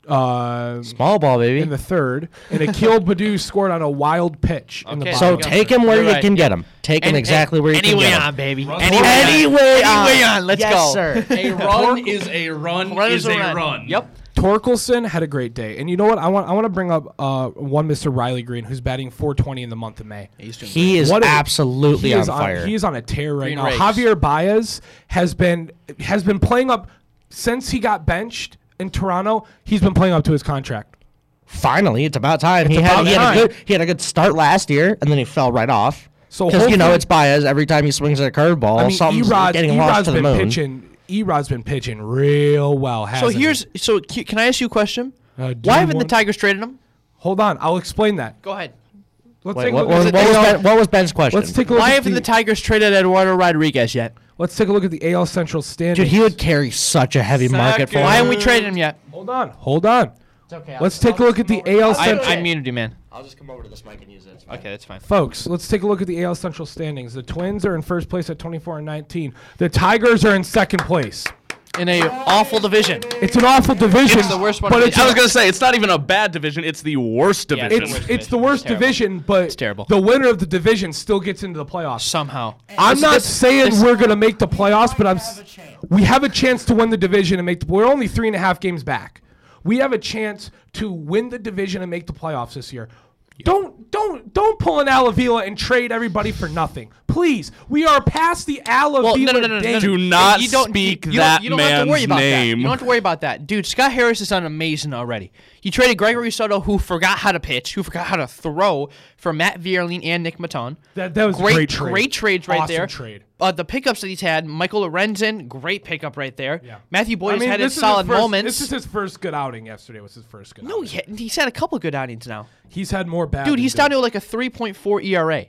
uh,
Small ball,
in
baby.
the third, and Akil Badu scored on a wild pitch in the
Okay.
bottom.
So
Yeah.
take him where
You're
you
right,
can
yeah.
get him. Take him
Any-
exactly
any-
where you
any
can
way
get
on,
him.
baby.
Run
Any
forward.
way on.
Anyway,
Anyway on. Let's
yes,
go.
sir.
A run
is a run,
Run
is, a run.
Yep.
Torkelson had a great day, and you know what? I want I want to bring up uh, one Mr. Riley Green who's batting 420 in the month of May.
He's doing
He is
What a-
absolutely
he
on
is
fire.
he is on a tear right
Green
now.
rakes.
Javier Baez has been has been playing up since he got benched in Toronto. He's been playing up to his contract.
Finally, it's about time. he
about
had, he
time.
had a good he had a good start last year, and then he fell right off.
So
because you know
hopefully-
it's Baez every time he swings at a curveball,
I mean,
something's
Erod's,
getting
Erod's
lost to the
been
moon.
pitching. Erod's been pitching real well.
So
Hasn't he?
here's so c- can I ask you a question?
Uh, do
Why
you
haven't the
want-
Tigers traded him?
hold on. I'll explain that.
Go ahead.
Let's
Wait,
take a
what,
look.
what-
at
what
the
was
AL
ben, what was Ben's question?
let's take a look.
Why
at
haven't the Tigers traded Eduardo Rodriguez yet?
Let's take a look at the AL Central standings.
Dude, he would carry such a heavy market for
Second.
Why
him.
haven't we traded him yet?
hold on. Hold on.
okay,
Let's take a look at the AL
I'm,
Central.
I'm Unity Man.
I'll just come over to this mic and use it.
Okay, that's fine.
Folks, let's take a look at the AL Central standings. The Twins are in first place at 24 and 19. The Tigers are in second place.
In a awful division.
It's an awful division.
It's the worst one
But
in the
it's,
I was gonna say it's not even a bad division; it's the worst
Yeah,
division.
it's,
Worst
it's the
division.
worst
It's terrible.
division, but
terrible.
the winner of the division still gets into the playoffs.
Somehow.
I'm not saying
this-
we're going to make the playoffs, but I'm.
have
s-
a chance.
we have a chance to win the division and make the. We're only three and a half games back. We have a chance to win the division and make the playoffs this year. Don't don't don't pull an Alavila and trade everybody for nothing, please. We are past the Alavila
Well, no, no, no, no, no, no.
days.
Do not
you don't,
speak
you,
that
don't, you don't have to worry
man's
about That.
name.
You don't have to worry about that, dude. Scott Harris has done amazing already. You traded Gregory Soto, who forgot how to pitch, who forgot how to throw, for Matt Vierling and Nick Maton.
That, that was a
great,
great, trade.
trades right
Awesome
there.
Trade.
Uh, the pickups that he's had, Michael Lorenzen, great pickup right there.
Yeah.
Matthew Boyd
I mean,
has had
this
his
is
solid
first,
moments.
This is his first good outing. Yesterday was his first good.
no,
outing.
he, he's had a couple good outings now,
he's had more bad.
dude.
than
He's
good.
down to like a 3.4 ERA.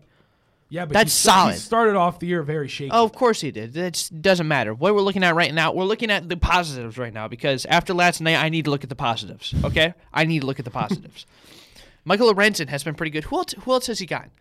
Yeah, but
that's
he sta- He
solid.
started off the year very shaky.
Oh, of course he did. That doesn't matter. What we're looking at right now, we're looking at the positives right now because after last night, I need to look at the positives. Okay, I need to look at the positives. Michael Lorenzen has been pretty good. Who else? Who else has he gotten?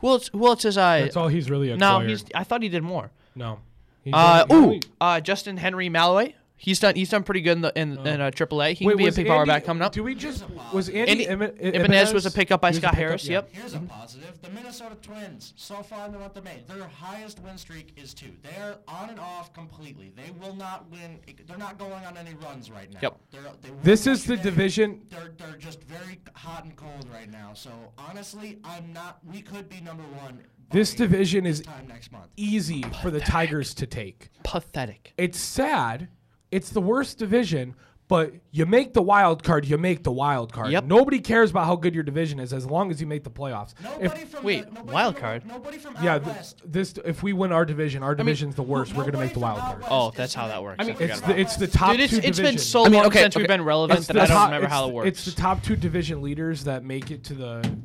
Who else? Who else has I?
that's all he's really
no,
acquired.
he's. I thought he did more.
no. He's
Uh,
only-
ooh, uh, Justin Henry Malloy. He's done. He's done pretty good in the in, in uh, AAA. He
Uh-huh. Wait,
can be a
was
big power
Andy-
back coming up.
Do we just was Andy,
Andy-
Ibe- I-
Ibanez, was a pickup by
He was a
Scott
pickup,
Harris.
yeah.
Yep.
Here's a positive. The Minnesota Twins, so far in the month of May, their highest win streak is two. They are on and off completely. They will not win. They're not going on any runs right now.
Yep.
They're, they won
This is the
yesterday.
division.
They're, they're just very hot and cold right now. So, honestly, I'm not. We could be number one. by
This E- division is
Time next month.
easy for the Tigers to take.
Pathetic.
It's sad. It's the worst division, But you make the wild card, you make the wild card.
Yep.
Nobody cares about how good your division is as long as you make the playoffs. If-
Nobody from
wait,
the, nobody
wild
from,
card?
Nobody from
yeah,
out
th-
west.
this if we win our division, our division's the worst. We're gonna
Nobody
make the
from
wild
out
card.
west
Oh,
is
that's how
gonna-
that works.
I mean,
forgot
It's
about
the,
that.
it's the top
Dude, it's,
two
it's
divisions.
been so
I mean,
long
okay,
since we've
okay.
been relevant
It's
that
the
I don't
top-
remember how it
it's-
works.
It's the top two division leaders that make it to the.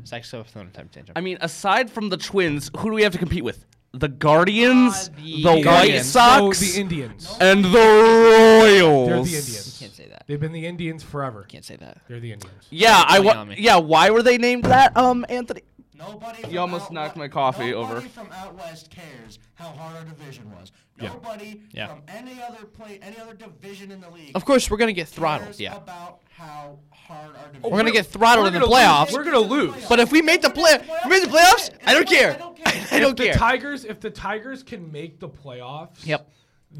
It's like so throwing a time tangent.
I mean, aside from the Twins, who do we have to compete with? The Guardians,
Uh,
Ah, the,
the
White
Guardians.
Oh,
Sox,
the Indians.
Oh.
and the Royals.
They're the Indians.
can't say that.
They've been the Indians forever.
Can't say that.
They're the Indians.
Yeah, I
Playing
wa-
on me.
yeah. Why were they named that? Um, Anthony.
Nobody. from
You almost
out
knocked
we-
my coffee
nobody
over.
from out west cares how hard our division was. Nobody
Yeah.
from any other play, any other division in the league.
Of course, we're gonna get
cares
throttled. Yeah,
About how hard our division.
we're gonna
We're-
get throttled in the
gonna
playoffs.
Lose. We're gonna lose.
But if we make the play, if we make the playoffs, I don't care. I don't
the
care.
Tigers, if the Tigers can make the playoffs,
Yep.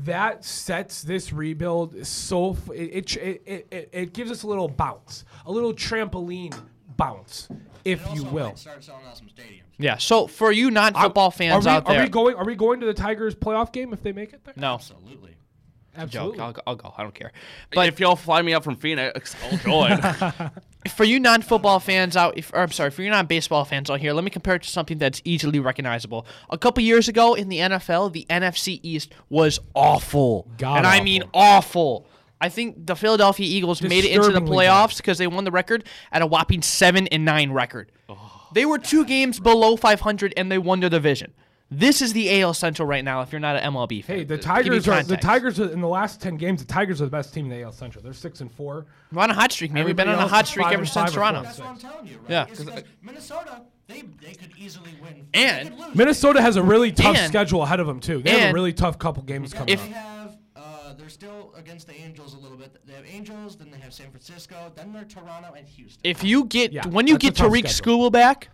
that sets this rebuild so f- it, it it it it gives us a little bounce, a little trampoline bounce, if
And
you
also,
will.
like, Start selling out some stadiums.
Yeah. So for you non-football fans
are we,
out there,
are we going? Are we going to the Tigers playoff game if they make it there?
no,
Absolutely.
absolutely.
joke. I'll, go- I'll go. I don't care.
But
But
if y'all fly me up from Phoenix, I'll join.
for you non-football fans out, if, or I'm sorry, for you non-baseball fans out here, let me compare it to something that's easily recognizable. A couple years ago in the NFL, the NFC East was awful,
God
and I
awful.
mean awful. I think the Philadelphia Eagles made it into the
Disturbingly bad.
playoffs because they won the record at a whopping seven and nine record. they were two games below 500, and they won their division. This is the AL Central right now. If you're not an MLB fan,
Hey, the
Just give you
Tigers are the
context.
Tigers are, in the last ten games. The Tigers are the best team in the AL Central. They're six and four.
We're on a hot streak, man. We've been
Everybody
on a
else
hot
is
streak
five
ever
and five
since
or
Toronto.
four.
That's what I'm telling you, right?
Yeah.
It's because Minnesota, they they could easily win.
And-
they could lose.
Minnesota has a really tough
And-
schedule ahead of them too. They have a
and-
really tough couple games coming
they
up.
have uh, they're still against the Angels a little bit. They have Angels, then they have San Francisco, then they're Toronto and Houston.
If you get
Yeah,
when you
that's a
get
tough
Tariq
schedule.
Skubal back,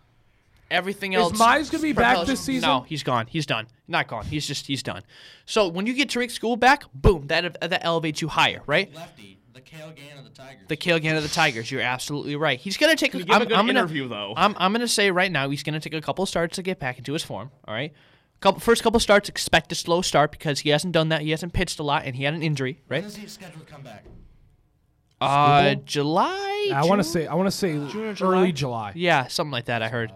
everything else.
Mize gonna be back
propels-
this season?
No, he's gone. He's done. Not gone. He's just he's done. So when you get Tariq Skubal back, boom, that that elevates you higher, right?
Lefty, the Kale Gann of the Tigers.
The Kale Gann of the Tigers. You're absolutely right. He's gonna take. A,
give
I'm,
a good
I'm gonna,
interview, though?
I'm, I'm gonna say right now he's gonna take a couple starts to get back into his form. All right. Couple, first couple starts, expect a slow start because he hasn't done that. He hasn't pitched a lot, and he had an injury,
when
right?
is he scheduled to come back?
Uh, July.
I want to
June?
say I want to say early July.
Yeah, something like that. I heard.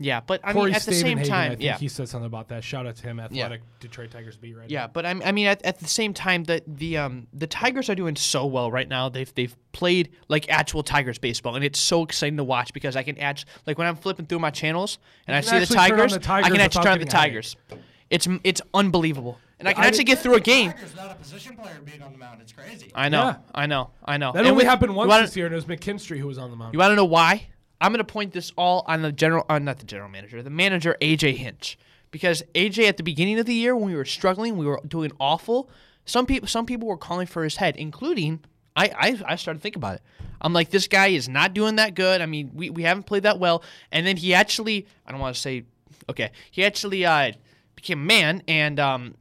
Yeah, but I
Corey
mean, at the same
Stavenhagen, I
time,
think
yeah,
he said something about that. Shout out to him, athletic Detroit Tigers beat right
yeah. But I, I mean, at, at the same time, that the um the Tigers are doing so well right now. They've they've played like actual Tigers baseball, and it's so exciting to watch because I can act like when I'm flipping through my channels and I
can
see the
actually turn on
Tigers,
the
I
Tigers
can actually
without
turn on the
getting a headache.
Tigers. It's it's unbelievable, and I can
I
actually
mean-
get through a game.
Tigers not a position player being on the mound. It's crazy.
I know,
Yeah.
I know, I know.
That
And
only
with-
happened
you
once
wanna-
this year, and it was McKinstry who was on the mound.
You want to know why? I'm going to point this all on the general, uh, not the general manager, the manager AJ Hinch, because AJ at the beginning of the year when we were struggling, we were doing awful. Some people, some people were calling for his head, including I. I, I started thinking about it. I'm like, this guy is not doing that good. I mean, we, we haven't played that well. And then he actually, I don't want to say, okay, he actually uh, became a man and um,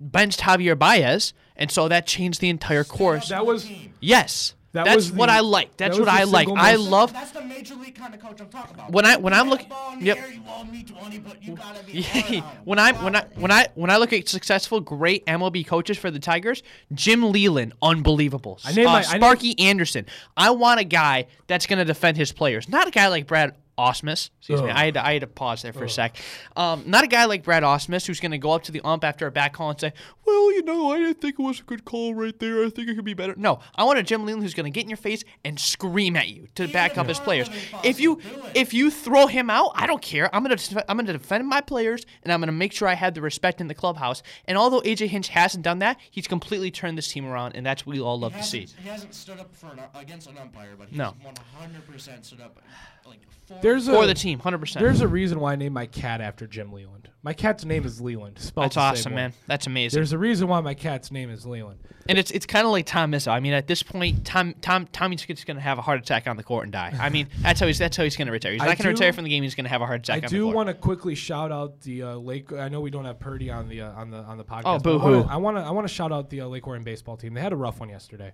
benched Javier Baez, and so that changed the entire course.
that was
Team.
Yes.
That
That's
was the-
what I like.
that
That's
was
what
the
I like.
single
I
most-
love
That's the major league kind of coach I'm talking about.
When I- when
You
I'm
got
look-
the ball in the
yep.
air, you owe me 20, but you gotta be hard on
Yeah.
'em.
when I when I
Wow.
when I when I look at successful, great MLB coaches for the Tigers, Jim Leland, unbelievable. I
named
uh,
my- I named-
Sparky Anderson. I want a guy that's going to defend his players, not a guy like Brad Osmus. Excuse me,
Ugh.
I had to, I had to pause there for a sec. Um, not a guy like Brad Osmus who's going to go up to the ump after a back call and say, "Well, you know, I didn't think it was a good call right there. I think it could be better." No, I want a Jim Leland who's going to get in your face and scream at you to back up his
harder
players.
than
If you
possible, do it.
if if you throw him out, I don't care. I'm gonna I'm gonna defend my players, and I'm gonna make sure I have the respect in the clubhouse. And although AJ Hinch hasn't done that, he's completely turned this team around, and that's what we all love
He
to see.
hasn't- He hasn't stood up for an, against an umpire, but he's
No.
100% stood up like for
There's a
For the team, 100. percent
There's a reason why I named my cat after Jim Leland. My cat's name is Leland. Spelled
That's
the same
awesome,
way.
man. That's amazing.
There's a reason why my cat's name is Leland.
and it's it's kind of like Tom Izzo. I mean, at this point, Tom Tom Tommy's just gonna have a heart attack on the court and die. I mean, that's how he's that's how he's gonna retire. He's
I
not gonna
do-
retire from the game. He's gonna have a heart
I
attack. on
do
the court.
want to quickly shout out the uh, Lake. I know we don't have Purdy on the uh, on the on the podcast.
Oh,
but I
boo-hoo.
wanna- I want to I want to shout out the uh, Lake Warren baseball team. They had a rough one yesterday,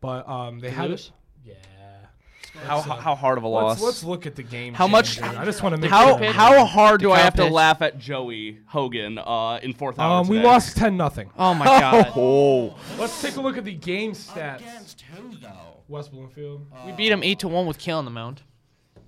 but um, they had a-
lose?
yeah.
How,
So-
how hard of a
Let's,
loss?
let's look at the game.
How much-
changer. I just want to make
how
sure.
how hard do I
cow
have to
pitch.
laugh at Joey Hogan uh, in fourth hour?
Um, we
today?
lost ten nothing.
Oh my god.
Oh,
Let's take a look at the game stats.
Against who though?
West Bloomfield.
We beat him eight to one with Kale on the mound.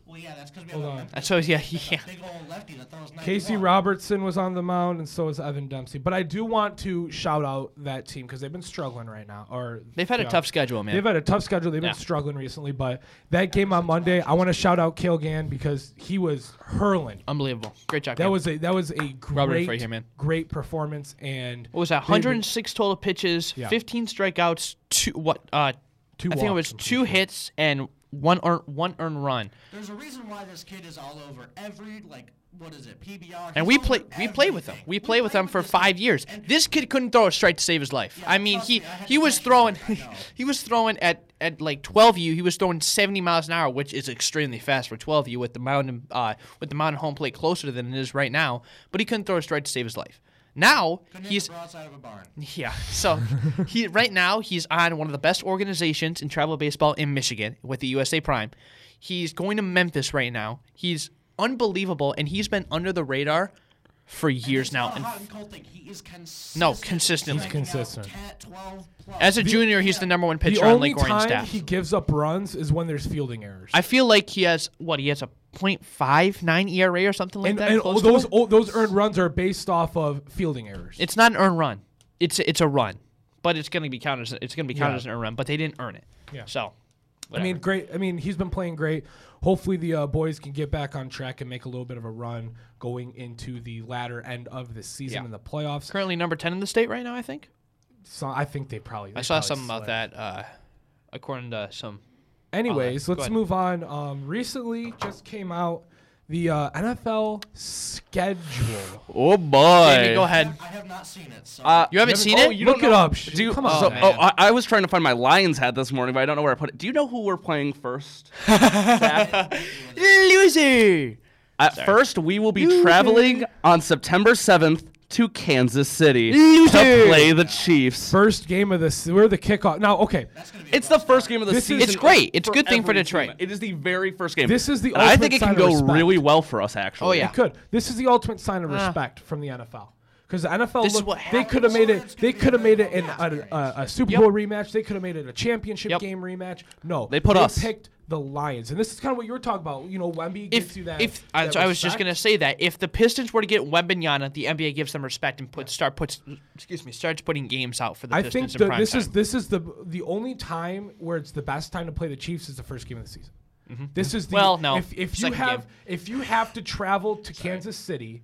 Well, yeah, that's because we
Hold
have
on.
a Memphis-
That's always yeah
a
yeah.
big old lefty that throws.
Casey
91.
Robertson was on the mound, and so is Evan Dempsey. But I do want to shout out that team because they've been struggling right now. Or
They've had a
yeah.
tough schedule, man.
They've had a tough schedule. They've been
Yeah.
struggling recently, but that game on Monday, I want to shout out Kale Gann because he was hurling.
Unbelievable. Great job.
That
Cam.
was a that was a
Rub it
great
in for you, man.
great performance. And
what was that?
they've been-
106 total pitches,
Yeah.
15 strikeouts, two what? Uh,
Two
I think it
walks,
was
I'm
two hits and one earned one earned run.
There's a reason why this kid is all over every like what is it PBR.
And
He's
we
over
play we play with him.
everything.
We play with him for
this
five
kid.
years.
And
This kid couldn't throw a strike to save his life.
Yeah,
I mean,
trust
he
me, I had
he
to
was
catch him,
throwing
I know.
he was throwing at at like 12U. He was throwing 70 miles an hour, which is extremely fast for 12U with the mountain uh with the mountain home plate closer than it is right now. But he couldn't throw a strike to save his life. Now
couldn't hit the
he's
broadside of a barn.
Yeah. So he right now he's on one of the best organizations in travel baseball in Michigan with the USA Prime. He's going to Memphis right now. He's unbelievable and he's been under the radar for years
It's
now.
not a
And
hot and cold thing. He is consistent.
consistently.
striking out
consistent.
10, 12 plus.
as a junior, he's the number one
the
pitcher on
only
Lake Orion
time
staff.
he gives up runs is when there's fielding errors.
I feel like he has what he has a .59 ERA E or something like
and
that.
and
close to
those
it.
oh, those earned runs are based off of fielding errors.
It's not an earned run. It's it's a run, but it's going to be counted. As, it's going to be counted
Yeah.
as an earned run, but they didn't earn it.
Yeah.
So.
I mean,
whatever.
great. I mean, he's been playing great. Hopefully, the uh, boys can get back on track and make a little bit of a run going into the latter end of the season
Yeah.
in the playoffs.
currently number ten in the state right now, I think.
So I think they probably.
I
they
saw
probably
something about
slid.
that, uh, according to some.
Anyways,
Go
let's
ahead.
move on. Um, recently, just came out the uh, NFL schedule.
oh boy.
Jamie, go ahead.
I have not seen it. So
Uh,
You haven't seen
oh,
it?
You look it up. Sh-
Do you,
Come on.
so-
man.
oh, I, I was trying to find my Lions hat this morning, but I don't know where I put it. Do you know who we're playing first? Zach?
Loser.
At first, we will be traveling on September 7th to Kansas City to
Loser.
play the Chiefs.
First game of this. We're the kickoff. Now, okay.
that's gonna be. a
It's the
rough
first
start.
game of the
This is-
season.
It's
great. It's
for
a good thing for
every
Detroit.
team. It is the very first game.
This is the
And I
ultimate
think it can
sign of
go
respect.
really well for us, actually.
Oh, yeah.
It could. This is the ultimate sign of respect from the NFL. Because the NFL,
This is
looked-
what
they
happens.
could have made it.
It's
They
gonna
could have
be
made it
a
in a,
great
a, a Super
Yep.
Bowl rematch. They could have made it a championship
Yep.
game rematch. No,
They put us.
picked the Lions, and this is kind of what you were talking about. You know, Wemby gives
If
you that.
if I,
that
so I was just
respect.
gonna say that if the Pistons were to get Wembanyama, the NBA gives them respect and puts start puts excuse me starts putting games out for the
I
Pistons
think the,
in prime
this
time.
is this is the the only time where it's the best time to play the Chiefs is the first game of the season. This is the
Mm-hmm. Well, no,
If, if you
second
have
game.
if you have to travel to Kansas City,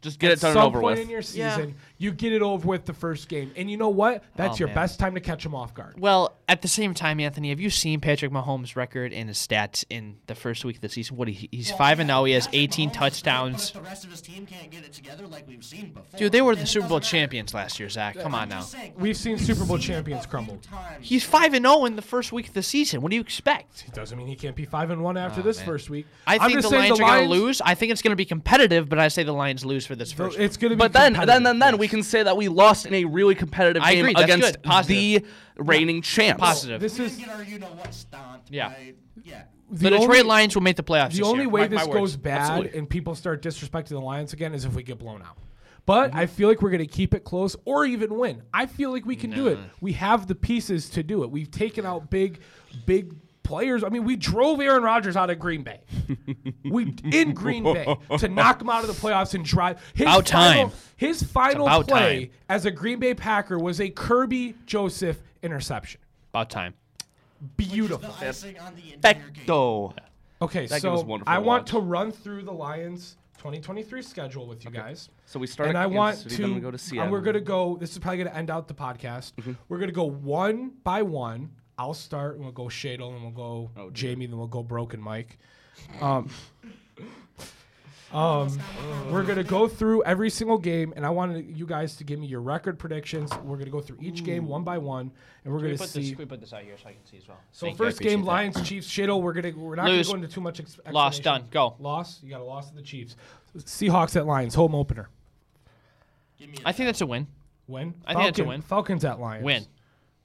Just get it
at
done
some
and over
point
with.
in your
Yeah.
season, you get it over with the first game, and you know what? That's
Oh,
your
man.
best time to catch them off guard.
well, at the same time, Anthony, have you seen Patrick Mahomes' record and his stats in the first week of the season? What he, he's
Well,
five and
yeah,
now he has
Patrick
18
Mahomes is great, But
touchdowns.
if the rest of his team can't get it together like we've seen before.
Dude, they were the
then it
Super
doesn't
Bowl
matter.
champions last year, Zach. Come
I'm
on now.
just saying,
We've seen Super Bowl champions crumble.
crumble.
He's five and zero in the first week of the season. What do you expect?
Doesn't mean he can't be five and one after this first week.
Oh, I
I'm
think
just
the
saying
Lions
the
are going
Lions-
to lose. I think it's going to be competitive, but I say the Lions lose for this
the-
first.
It's going to be.
But then, then, then,
competitive,
then
yes.
we can say that we lost in a really competitive
I
game
agree, that's
against
good. Positive.
the reigning champs.
Positive.
This
We didn't
is
get our you know what stomped.
Yeah.
by- yeah.
the,
only-
Detroit Lions will make the playoffs.
The
this
only
year.
way
Mark my
this
words.
goes bad
Absolutely.
and people start disrespecting the Lions again is if we get blown out. But
Mm-hmm.
I feel like we're going to keep it close or even win. I feel like we can do it. We have the pieces to do it. We've taken out big, big players. I mean, we drove Aaron Rodgers out of Green Bay. we in Green Bay to knock him out of the playoffs and drive. His
About
final,
time.
His final
about
play
time.
as a Green Bay Packer was a Kirby Joseph interception.
About time.
Beautiful.
The icing on the entire cake.
Perfecto.
Okay,
That game was
so
wonderful
I
to
want
watch.
to run through the Lions 2023 schedule with you guys.
So we start
And
at
I
Kansas
want
City,
to,
then we go to
and
Seattle. Mm-hmm.
we're gonna go. This is probably gonna end out the podcast. We're gonna go one by one. I'll start, and we'll go Shadle, and we'll go
Oh,
Jamie, then we'll go Broken Mike. Um, um, we're gonna go through every single game, and I wanted you guys to give me your record predictions. We're gonna go through each game one by one, and we're gonna see.
put this out here so I can see as well.
So first game, Lions, Chiefs, Shittle. We're gonna we're not
Lose.
gonna go into too much. Ex-
Loss,
explanation.
done, go.
Loss. You got a loss to the Chiefs. Seahawks at Lions, home opener.
Give me
I think that's a win.
Win.
I think that's a win.
Falcons at Lions.
Win.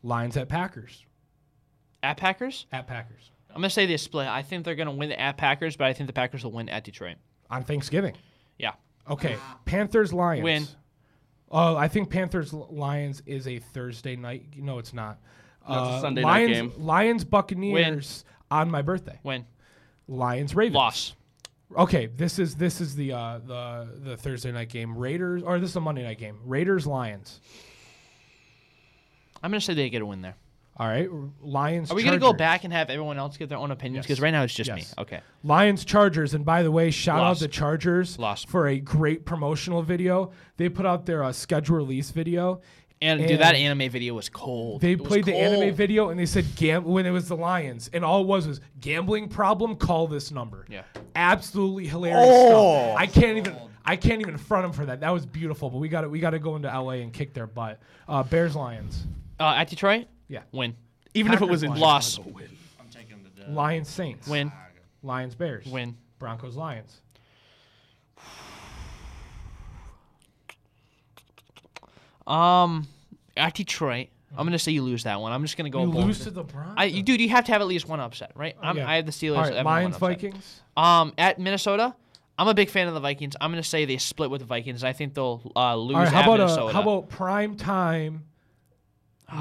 Lions at Packers.
At Packers?
At Packers.
I'm gonna say they split. I think they're gonna win at Packers, but I think the Packers will win at Detroit.
on Thanksgiving.
Yeah.
Okay, Panthers Lions.
Win.
Oh, I think Panthers Lions is a Thursday night. No, it's not. Uh,
No, it's a Sunday night
Lions,
game.
Lions Buccaneers on my birthday.
Win.
Lions Ravens.
Loss.
Okay, this is this is the uh, the the Thursday night game. Raiders or this is a Monday night game. Raiders Lions.
I'm gonna say they get a win there.
All right, Lions.
Are we gonna go
Chargers.
back and have everyone else get their own opinions? Because right now it's just me.
Yes.
Okay.
Lions Chargers, and by the way, shout
Lost.
out the Chargers
Lost.
for a great promotional video. They put out their uh, schedule release video.
And, dude, that anime video was cold.
They
It was
played the anime
cold.
video and they said gam- when it was the Lions, and all it was was gambling problem. Call this number.
Yeah.
absolutely hilarious stuff. I can't even. I can't even front them for that. That was beautiful, but we got to we got to go into LA and kick their butt. Uh, Bears Lions,
Uh, at Detroit.
Yeah.
Win.
Even if it was in
Packers
Loss.
I'm taking the dub.
Lions Saints,
Win.
Lions Bears,
Win.
Broncos Lions.
Um, at Detroit, I'm gonna say you lose that one. I'm just gonna go.
You
bold.
lose to the Broncos.
Oh, I, you, dude, you have to have at least one upset, right? I'm,
Yeah.
I have the Steelers.
All
I have
right,
one
Lions
upset.
Vikings.
Um, at Minnesota, I'm a big fan of the Vikings. I'm gonna say they split with the Vikings. I think they'll uh, lose
All right,
at
how about
Minnesota.
uh, how about prime time?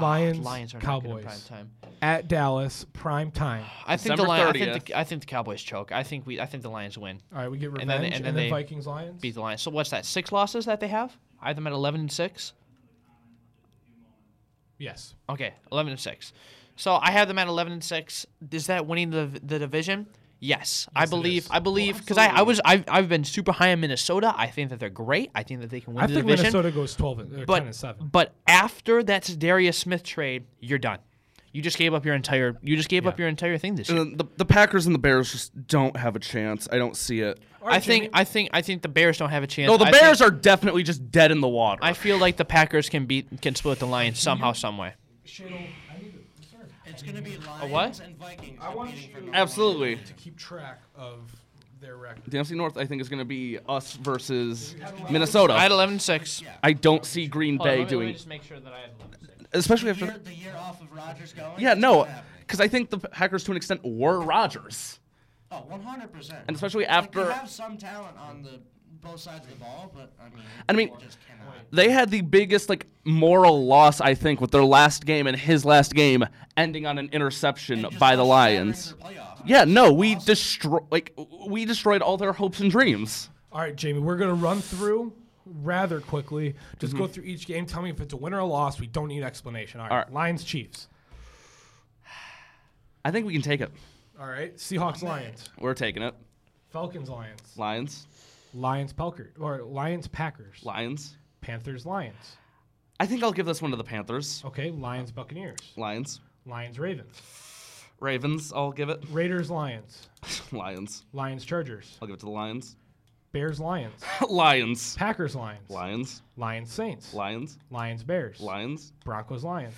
Lions,
Ah, Lions are not good in
Cowboys
prime time.
at Dallas, prime time.
I think the
December
Lions. I think
30th.
the, I think the Cowboys choke. I think we. I think the Lions win.
All right, we get revenge,
then
and
they-
then,
and then they
Vikings, Lions.
Beat the Lions. So what's that? Six losses that they have. I have them at 11 and six.
Yes.
Okay, eleven and six. So I have them at eleven and six. Is that winning the the division? Yes, I
Yes, it
believe.
is.
I believe because I, I was I've, I've been super high on Minnesota. I think that they're great. I think that they can win
I
the
think
division.
Minnesota goes 12 and or 10 and
but
7.
but after that Darius Smith trade, you're done. You just gave up your entire. You just gave up your entire thing this year.
And Uh, The, the Packers and the Bears just don't have a chance. I don't see it.
I think. I think. I think the Bears don't have a chance.
No, Oh, the
I
Bears
Think,
are definitely just dead in the water.
I feel like the Packers can beat can split the Lions somehow, some way.
It's gonna be Lions
what?
and Vikings
want
competing for
you-
number
Absolutely.
to keep track of their record.
The NFC North, I think, is going to be us versus Minnesota.
I had
I,
11 and six.
don't see Green
Hold on, let
Bay
me- let me
doing,
just make sure that I had 11 and six.
especially
The year,
after.
the year off of Rodgers going.
Yeah,
it's
no,
not happening.
because I think the Packers, to an extent, were Rodgers.
Oh, 100 percent.
And especially
like
after-
they have some talent on the both sides of the ball, but I mean,
I mean-
they just cannot.
They had the biggest like moral loss, I think, with their last game and his last game ending on an interception
They just
by the
lost Saturday in
Lions.
their playoff.
Yeah, no, we destroy like we destroyed all their hopes and dreams.
All right, Jamie, we're going to run through rather quickly. Just go through each game. Tell me if it's a win or a loss. We don't need explanation. Mm-hmm. All right.
All right.
Lions, Chiefs.
I think we can take it.
All right. Seahawks, Lions.
We're taking it.
Falcons, Lions.
Lions,
Lions, Packers. Or Lions, Packers.
Lions.
Panthers, Lions.
I think I'll give this one to the Panthers.
Okay. Lions, Buccaneers.
Lions,
Lions, Ravens.
Ravens. I'll give it.
Raiders, Lions.
Lions.
Lions, Chargers.
I'll give it to the Lions.
Bears, Lions.
Lions.
Packers, Lions.
Lions.
Lions, Saints.
Lions.
Lions, Bears.
Lions.
Broncos, Lions.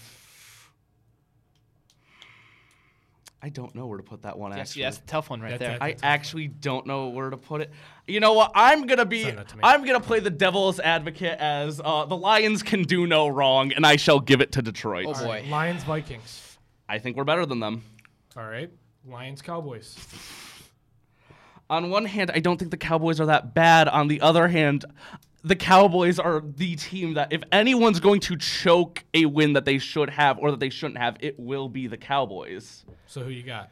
I don't know where to put that one
That's,
actually.
that's a tough one right
That's
there.
it.
I actually don't know where to put it. You know what? I'm gonna be.
Send that to me.
I'm gonna play the devil's advocate as uh, the Lions can do no wrong, and I shall give it to Detroit.
Oh, boy.
Lions, Vikings.
I think we're better than them.
All right. Lions, Cowboys.
On one hand, I don't think the Cowboys are that bad. On the other hand, the Cowboys are the team that, if anyone's going to choke a win that they should have or that they shouldn't have, it will be the Cowboys.
So who you got?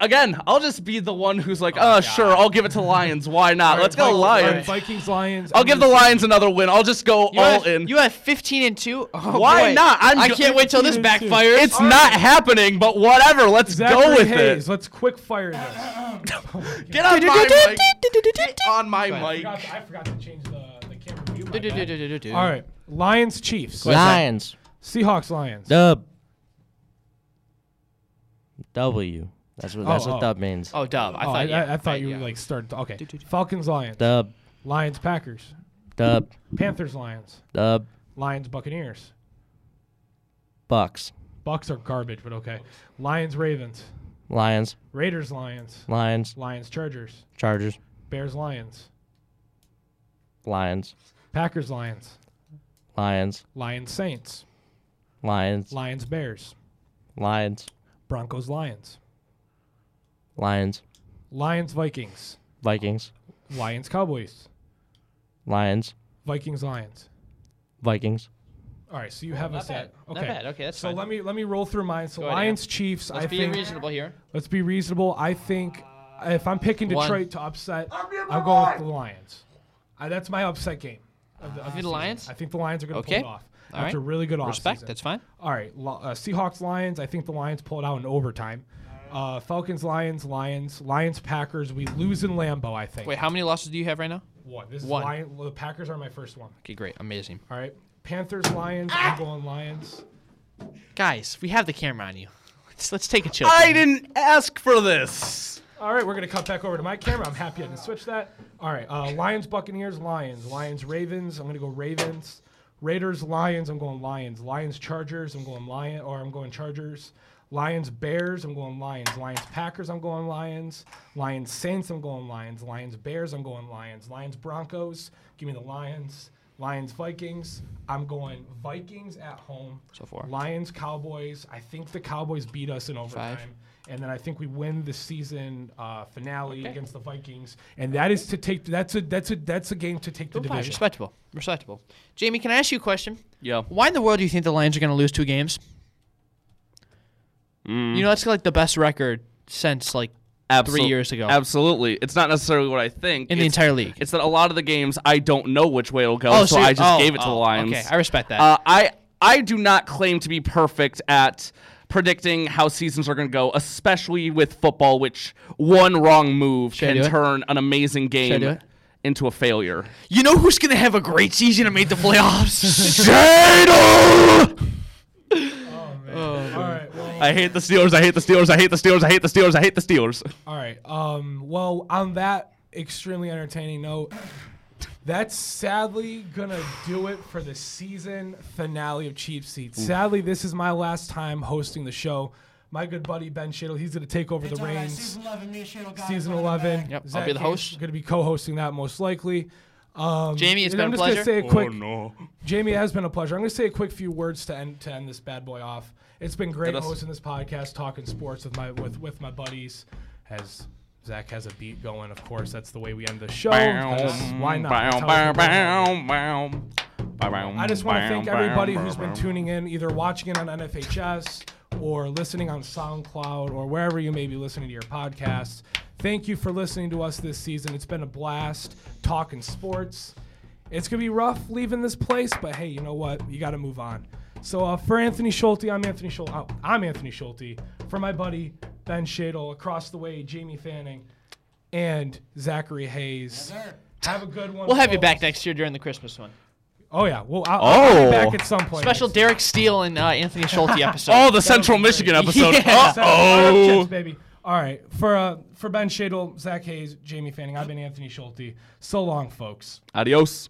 Again, I'll just be the one who's like, oh, sure, I'll give it to Lions. Why not? Let's go,
Vikings,
Lions.
Vikings, Lions.
I'll
I'm
give the
gonna say-
Lions another win. I'll just go
You
all
have,
in.
You have 15 and 2? Oh,
Why
boy.
not? I'm
I
go-
can't wait till this
15 and two.
backfires.
It's not happening, but whatever. Let's
Zachary
go with
Hayes.
it.
Let's quick fire this.
Get on my mic. Get on my
I
mic.
forgot, I forgot to change the, the camera view. my bad.
Do-do-do-do-do-do.
All right. Lions, Chiefs.
Lions.
Seahawks, Lions.
Dub. W. That's what that's
Oh,
what
oh.
dub means.
Oh, dub. I
Oh,
thought,
I,
yeah.
I, I thought
Right,
you
yeah.
like started. Okay. Falcons, Lions.
Dub.
Lions, Packers.
Dub.
Panthers, Lions.
Dub.
Lions, Buccaneers.
Bucks.
Bucks are garbage, but okay. Lions, Ravens.
Lions.
Raiders, Lions.
Lions.
Lions, Chargers.
Chargers.
Bears, Lions.
Lions.
Packers, Lions.
Lions.
Lions, Saints.
Lions.
Lions, Bears.
Lions.
Broncos, Lions.
Lions,
Lions, Vikings,
Vikings,
Lions, Cowboys,
Lions,
Vikings, Lions.
Vikings,
All right, so you have
not
us at
bad. Not bad. Okay, that's
so
fine.
let me let me roll through mine. So
Go ahead,
Lions, Chiefs.
Let's
I
be
think
reasonable here.
let's be reasonable. I think if I'm picking
One.
Detroit to upset, I'm going with the Lions. I, that's my upset game. Of the, of
You think the
season.
Lions?
I think the Lions are going to
Okay.
pull it off.
All
That's
right.
a really good
Respect.
offseason.
That's fine.
All right, Lo- uh, Seahawks Lions. I think the Lions pull it out in overtime. Uh, Falcons Lions Lions Lions Packers. We lose in Lambeau. I think.
Wait, how many losses do you have right now?
One. This is
one.
Lion, the Packers are my first one.
Okay, great. Amazing.
All right, Panthers Lions. I'm going Lions.
Guys, we have the camera on you. Let's, let's take a chill.
I
pill.
didn't ask for this.
All right, we're gonna cut back over to my camera. I'm happy I didn't switch that. All right, uh, Lions Buccaneers Lions Lions Ravens. I'm gonna go Ravens. Raiders Lions. I'm going Lions. Lions Chargers. I'm going Lion or I'm going Chargers. Lions Bears. I'm going Lions. Lions Packers. I'm going Lions. Lions Saints. I'm going Lions. Lions Bears. I'm going Lions. Lions Broncos. Give me the Lions. Lions Vikings. I'm going Vikings at home.
So far.
Lions Cowboys. I think the Cowboys beat us in overtime. And then I think we win the season uh, finale against the Vikings, and that is to take. That's a that's a that's a game to take the
Go five.
division.
Respectable. Respectable. Jamie, can I ask you a question?
Yeah.
Why in the world do you think the Lions are going to lose two games?
Mm.
You know, that's like the best record since like three
Absol-
years ago
Absolutely. It's not necessarily what I think.
in the
It's-
entire league.
It's that a lot of the games I don't know which way it'll go, so,
you-
I just
oh,
gave it to
oh,
the Lions.
Okay, I respect that.
Uh, I I do not claim to be perfect at predicting how seasons are going to go, especially with football, which one wrong move
I do
can
it?
turn an amazing
do
game
it?
into a failure.
you know who's going to have a great season and make the playoffs?
All right. Well,
I hate the Steelers. I hate the Steelers. I hate the Steelers. I hate the Steelers. I hate the Steelers.
all right. Um. Well, on that extremely entertaining note, that's sadly gonna do it for the season finale of Cheap Seats. Sadly, this is my last time hosting the show. My good buddy Ben Shadle, he's gonna take over
It's
the
all right,
reins.
Season 11, me and Shane will guide
season
it from the back.
11.
Yep, I'll be the host.
Going to be co-hosting that most likely. Um,
Jamie, it's
and I'm
been a
just gonna
pleasure.
Say a quick, Jamie, it has been a pleasure. I'm going to say a quick few words to end to end this bad boy off. It's been great
Hit us.
hosting this podcast, talking sports with my with with my buddies. As Zach has a beat going, of course, that's the way we end the show. because Why not? That's how we do it. I just want to thank everybody who's been tuning in, either watching it on NFHS or listening on SoundCloud or wherever you may be listening to your podcasts. Thank you for listening to us this season. It's been a blast talking sports. It's going to be rough leaving this place, but hey, you know what? You got to move on. So uh, for Anthony Schulte, I'm Anthony Schulte. oh, I'm Anthony Schulte. For my buddy Ben Shadle, across the way, Jamie Fanning, and Zachary Hayes.
Sir,
Have a good one.
we'll have you
folks.
back next year during the Christmas one.
Oh yeah, well I'll, I'll be
Oh.
back at some point.
Special Derek Steele and uh, Anthony Schulte episode.
Oh, the Central Michigan episode.
Yeah.
Oh,
Uh-oh.
baby. All right, for uh, for Ben Shadle, Zach Hayes, Jamie Fanning, I've been Anthony Schulte. So long, folks.
Adios.